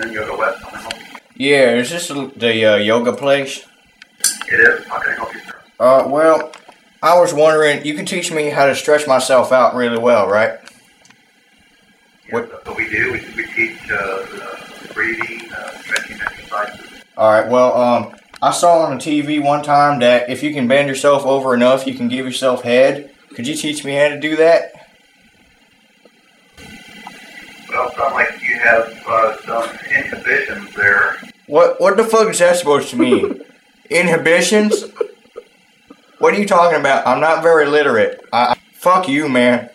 New Yoga West. How may I help you? Yeah, is this the the, uh, yoga place? It is. How can I help you, sir? Uh, well, I was wondering, you can teach me how to stretch myself out really well, right? What- Yes, that's what we do. We, we teach uh, uh, breathing, uh, stretching exercises. All right. Well, um, I saw on the TV one time that if you can bend yourself over enough, you can give yourself head. Could you teach me how to do that? Well, it sounds like you have uh, some inhibitions there. What What the fuck is that supposed to mean? Inhibitions? What are you talking about? I'm not very literate. I, I- fuck you, man.